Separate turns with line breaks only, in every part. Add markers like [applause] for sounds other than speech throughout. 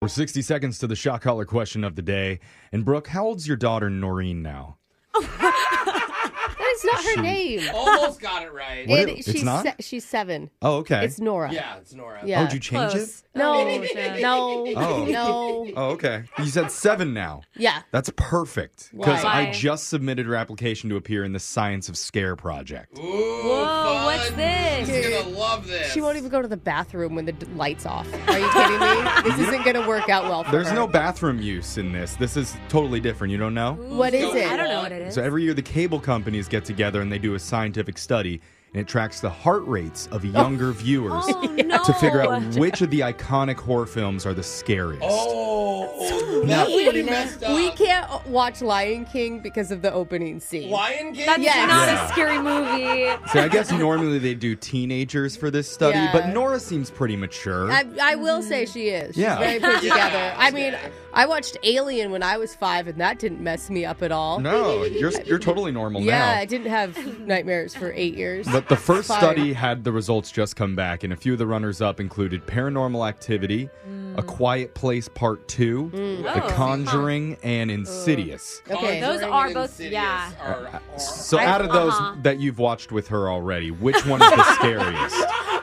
We're 60 seconds to the shot collar question of the day. And Brooke, how old's your daughter Noreen now?
That is not her name.
Almost got it right.
What
It-
it- it's
she's
not?
se- she's seven.
Oh, okay.
It's Nora.
Yeah, it's Nora.
Yeah.
oh, did you change it?
Close.
No, [laughs]
shit.
no,
Oh.
no.
Oh, okay. You said seven now.
Yeah.
That's perfect because
Why?
I just submitted her application to appear in the Science of Scare project.
Ooh,
Whoa,
fun.
what's this?
She's gonna love this.
She won't even go to the bathroom when the d- lights off. Are you kidding me? This isn't going to work out well for
There's
her.
no bathroom use in this. This is totally different. You don't know?
What is it?
I don't know what it is.
So every year the cable companies get together and they do a scientific study and it tracks the heart rates of
[laughs]
younger viewers
oh, no.
to figure out which of the iconic horror films are the scariest.
Oh, that's pretty messed up.
We can't uh, watch Lion King because of the opening scene.
Lion King.
That's
Yes.
not
Yeah.
a scary movie.
So I guess normally they do teenagers for this study,
Yeah.
but Nora seems pretty mature.
I, I will say she is. She's
Yeah.
very put
Yeah,
together. I mean,
okay.
I watched Alien when I was five, and that didn't mess me up at all.
no, you're you're totally normal
yeah,
now.
I didn't have nightmares for eight years.
But the first
Fine.
study had the results just come back, and a few of the runners up included Paranormal Activity,
Mm.
A Quiet Place Part 2, The
Oh.
Conjuring, and Insidious.
okay.
Those
Conjuring
are
and
both-
Insidious
yeah.
are- are-
Uh, So,
I-
out of those
uh-huh.
that you've watched with her already, which one is
[laughs]
the scariest?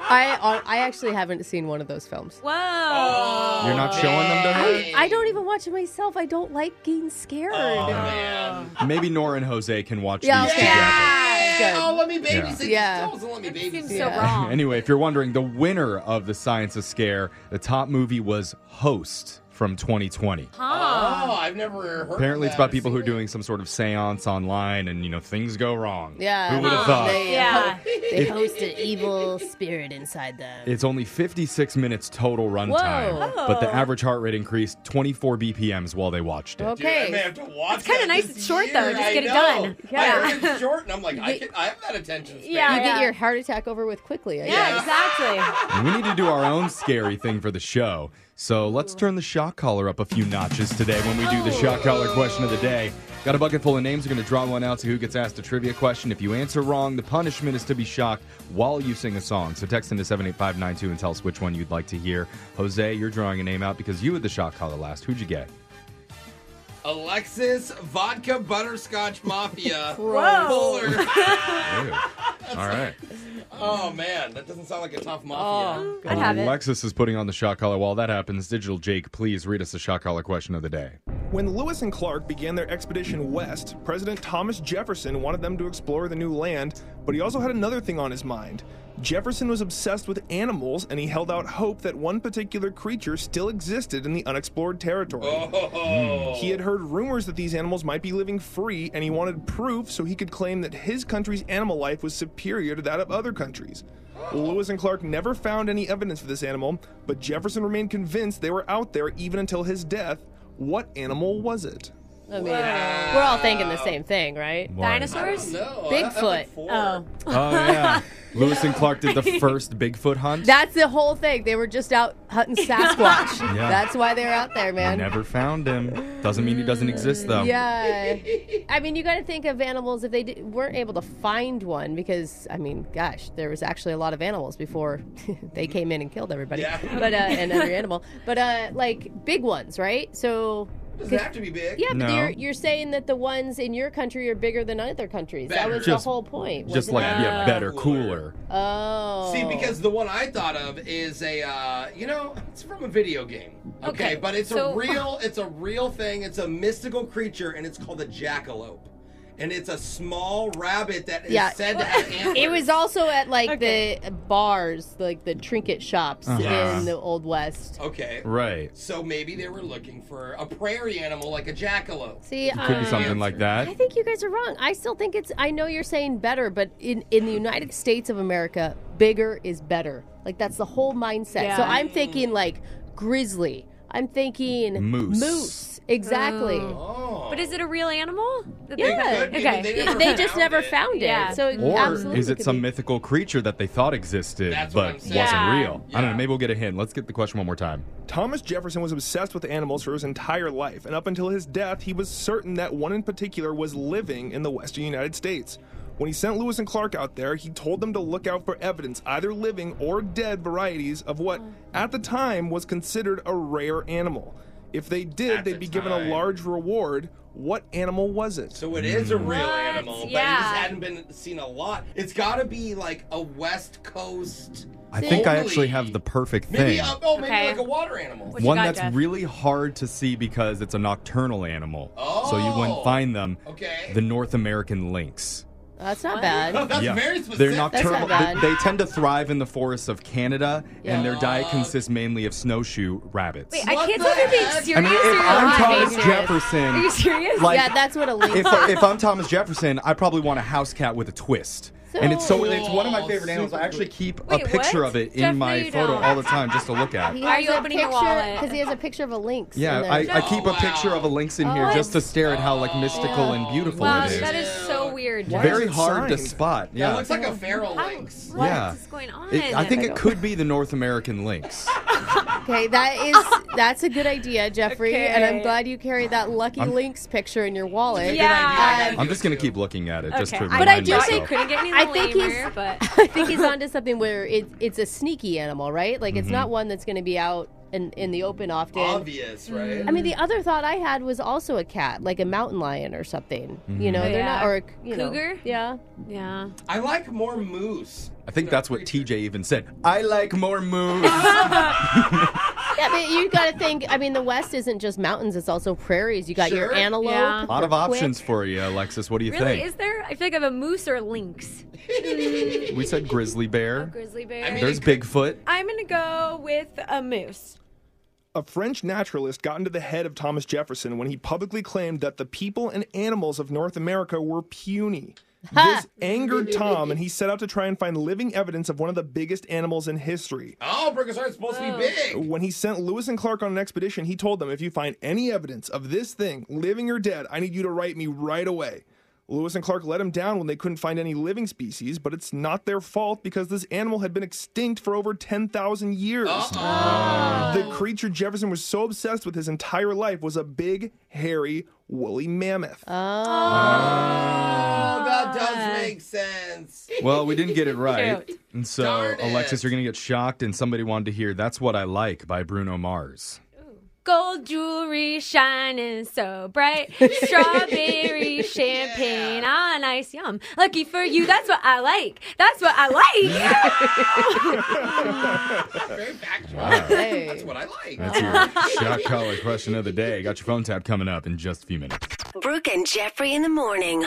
I uh, I actually haven't seen one of those films.
Whoa.
Oh,
You're not showing them to her?
dang.
I don't even watch it myself. I don't like getting scared.
Oh, man.
Maybe Nora and Jose can watch
Yeah,
these
okay.
together.
Yeah, good.
Oh, let me babysit.
Yeah.
Yeah. Let me babysit.
seems
[laughs]
Yeah.
so wrong.
Anyway, if you're wondering, the winner of the Science of Scare, the top movie was Host from 2020.
Huh.
Oh, I've never heard. of
Apparently, it's
that.
about people who are doing some sort of seance online and, you know, things go wrong.
Yeah. Oh,
Who would have
Huh.
thought?
They-
Yeah.
Oh,
They host an evil spirit inside them.
It's only 56 minutes total runtime,
Whoa. Oh.
but the average heart rate increased 24 BPMs while they watched it.
Dude, I may
Okay.
have to watch.
kinda
that
nice
this
it's short, though.
year.
Just
I
get it
know.
done.
I
Yeah.
heard it's short, and I'm like, I, can, I have that attention span.
Yeah.
You get your heart attack over with quickly. I guess.
Yeah, exactly.
And we need to do our own scary thing for the show. So let's turn the shock collar up a few notches today when we do the shock collar question of the day. Got a bucket full of names. We're going to draw one out to who gets asked a trivia question. If you answer wrong, the punishment is to be shocked while you sing a song. So text into 78592 and tell us which one you'd like to hear. Jose, you're drawing a name out because you had the shock collar last. Who'd you get?
Alexis Vodka Butterscotch Mafia.
Gross.
Fuller.
[laughs]
Ew. All right.
oh man, that doesn't sound like a tough
Oh,
mafia.
I'd have it.
Alexis is putting on the shock collar. While that happens, Digital Jake, please read us the shock collar question of the day.
When Lewis and Clark began their expedition west, President Thomas Jefferson wanted them to explore the new land, but he also had another thing on his mind. Jefferson was obsessed with animals, and he held out hope that one particular creature still existed in the unexplored territory.
Oh.
He had heard rumors that these animals might be living free, and he wanted proof so he could claim that his country's animal life was superior to that of other countries. Lewis and Clark never found any evidence for this animal, but Jefferson remained convinced they were out there even until his death. What animal was it?
I mean, we're all thinking the same thing, right?
Dinosaurs?
[laughs] No, I have
Bigfoot.
like four.
Oh yeah. [laughs] Lewis and Clark did the first Bigfoot hunt.
That's the whole thing. They were just out [laughs] hunting Sasquatch.
Yeah.
That's why they're out there, man.
Never found him. Doesn't mean he doesn't exist though.
Yeah. I mean, you got to think of animals if they d- weren't able to find one because, I mean, gosh, there was actually a lot of animals before [laughs] they came in and killed everybody.
Yeah.
But uh, and every animal. But uh, like big ones, right? So
Doesn't have to be big.
yeah, but
No.
you're, you're saying that the ones in your country are bigger than other countries. That
Better.
was
Just-
the whole point.
Just
wasn't
like
it?
yeah, better, cooler.
oh,
See, because the one I thought of is a, uh, you know, it's from a video game. Okay,
Okay,
but it's
so-
a real, it's a real thing. It's a mystical creature, and it's called the jackalope, and it's a small rabbit that is
Yeah.
said to have antlers.
It was also at like
Okay.
the bars, like the trinket shops
Uh-huh.
in the Old West.
okay.
Right.
So maybe they were looking for a prairie animal like a jackalope.
See,
Could be
um,
something like that.
I think you guys are wrong. I still think it's. I know you're saying better, but in in the United States of America, bigger is better. Like that's the whole mindset. So
Yeah.
I'm thinking like grizzly. I'm thinking
Moose.
Moose, exactly.
Oh.
But is it a real animal? that they
Yeah,
Could be, but
Okay.
They
[laughs]
never
they just
found
never
it.
found it.
Yeah.
So it
Or
absolutely
is
could
it some
be.
mythical creature that they thought existed
That's what
but
I'm
wasn't
saying.
Yeah.
real? I don't
Yeah.
know. Maybe we'll get a hint. Let's get the question one more time.
Thomas Jefferson was obsessed with animals for his entire life, and up until his death, he was certain that one in particular was living in the western United States. When he sent Lewis and Clark out there, he told them to look out for evidence, either living or dead varieties of what at the time was considered a rare animal. If they did,
At the
they'd be given a
time.
large reward. What animal was it?
So it is a real
What?
animal, but it
Yeah.
just hadn't been seen a lot. It's got to be like a West Coast.
I think I
only-
actually have the perfect
Maybe
thing.
a, oh, maybe
Okay.
like a water animal.
What you
One
got,
that's
Jeff?
really hard to see because it's a nocturnal animal. So you wouldn't
Oh.
find them.
Okay.
The North American lynx.
That's not
[laughs]
What?
bad.
[laughs] That's
yeah.
very specific.
They're
not
nocturnal.
bad.
They, they tend to thrive in the forests of Canada,
Yeah.
and their diet
Fuck.
consists mainly of snowshoe rabbits.
Wait, I
What
can't
the
tell if you're being
heck?
serious
I mean,
or
if
you're
I'm
not being
Thomas
serious.
Jefferson,
Are you serious?
like,
yeah, that's what a lynx.
if, if I'm Thomas Jefferson, I probably want a house cat with a twist. and it's so
So-
it's one of my favorite
Super
animals. I actually keep
Wait,
a picture
what?
of it in
Jeff, no,
my
you
photo
don't.
all the time just to look at.
Why are you opening your wallet?
Because he has a picture of a lynx. in
Yeah,
there.
I, I
Oh,
keep a picture
wow.
of a lynx in here
Oh,
just to stare at how like
Oh.
mystical
Yeah.
and beautiful
wow,
it is.
that is so weird. Jeff.
Why
Very
is it
hard to
signed?
spot.
That
Yeah,
looks like a feral
How-
lynx.
What
Yeah.
is going on?
It- I think
I
it
don't-
could be the North American lynx.
Okay, that is that's a good idea, Jeffrey,
Okay.
and I'm glad you carried that lucky
I'm-
lynx picture in your wallet.
It's a good idea.
Um,
I gotta
I'm
do
just
it
gonna
too.
keep looking at it just to
okay.
remind
But I do
myself.
think-
couldn't get any
I think he's-
lamer, but
I think he's onto something where it, it's a sneaky animal, right? Like it's
Mm-hmm.
not one that's going to be out in, in the open often.
Obvious, right?
I mean, the other thought I had was also a cat, like a mountain lion or something.
Mm-hmm.
You know,
Oh,
they're not
yeah.
or a, you know,
Cougar?
Yeah,
[laughs] yeah.
I like more moose.
I think that's what TJ even said. I like more
[laughs]
moose.
yeah. But you got to think. I mean, the West isn't just mountains; it's also prairies. You got your
Sure.
antelope.
Yeah.
a lot of
your
options
quick-
for you, Alexis. What do you
Really?
think?
Is there? I feel like I have a moose or a lynx.
we said grizzly bear.
Grizzly bear.
I mean-
There's Bigfoot.
I'm gonna go with a moose.
A French naturalist got into the head of Thomas Jefferson when he publicly claimed that the people and animals of North America were puny. This angered Tom, and he set out to try and find living evidence of one of the biggest animals in history.
Oh, Brachiosaurus is supposed to be big.
When he sent Lewis and Clark on an expedition, he told them, If you find any evidence of this thing, living or dead, I need you to write me right away. Lewis and Clark let him down when they couldn't find any living species, but it's not their fault because this animal had been extinct for over 10,000 years. The creature Jefferson was so obsessed with his entire life was a big, hairy, woolly mammoth.
Oh, that does make sense.
Well, we didn't get it right. And so,
Darn it.
Alexis, you're going to get shocked, and somebody wanted to hear That's What I Like by Bruno Mars.
Gold jewelry shining so
[laughs]
bright. Strawberry champagne on ice. Yum. Lucky for you, that's what I like. That's what I like.
Very factual.
Hey.
That's what I like.
That's
[laughs]
your shock collar question of the day. Got your phone tab coming up in just a few minutes.
Brooke and Jeffrey in the morning.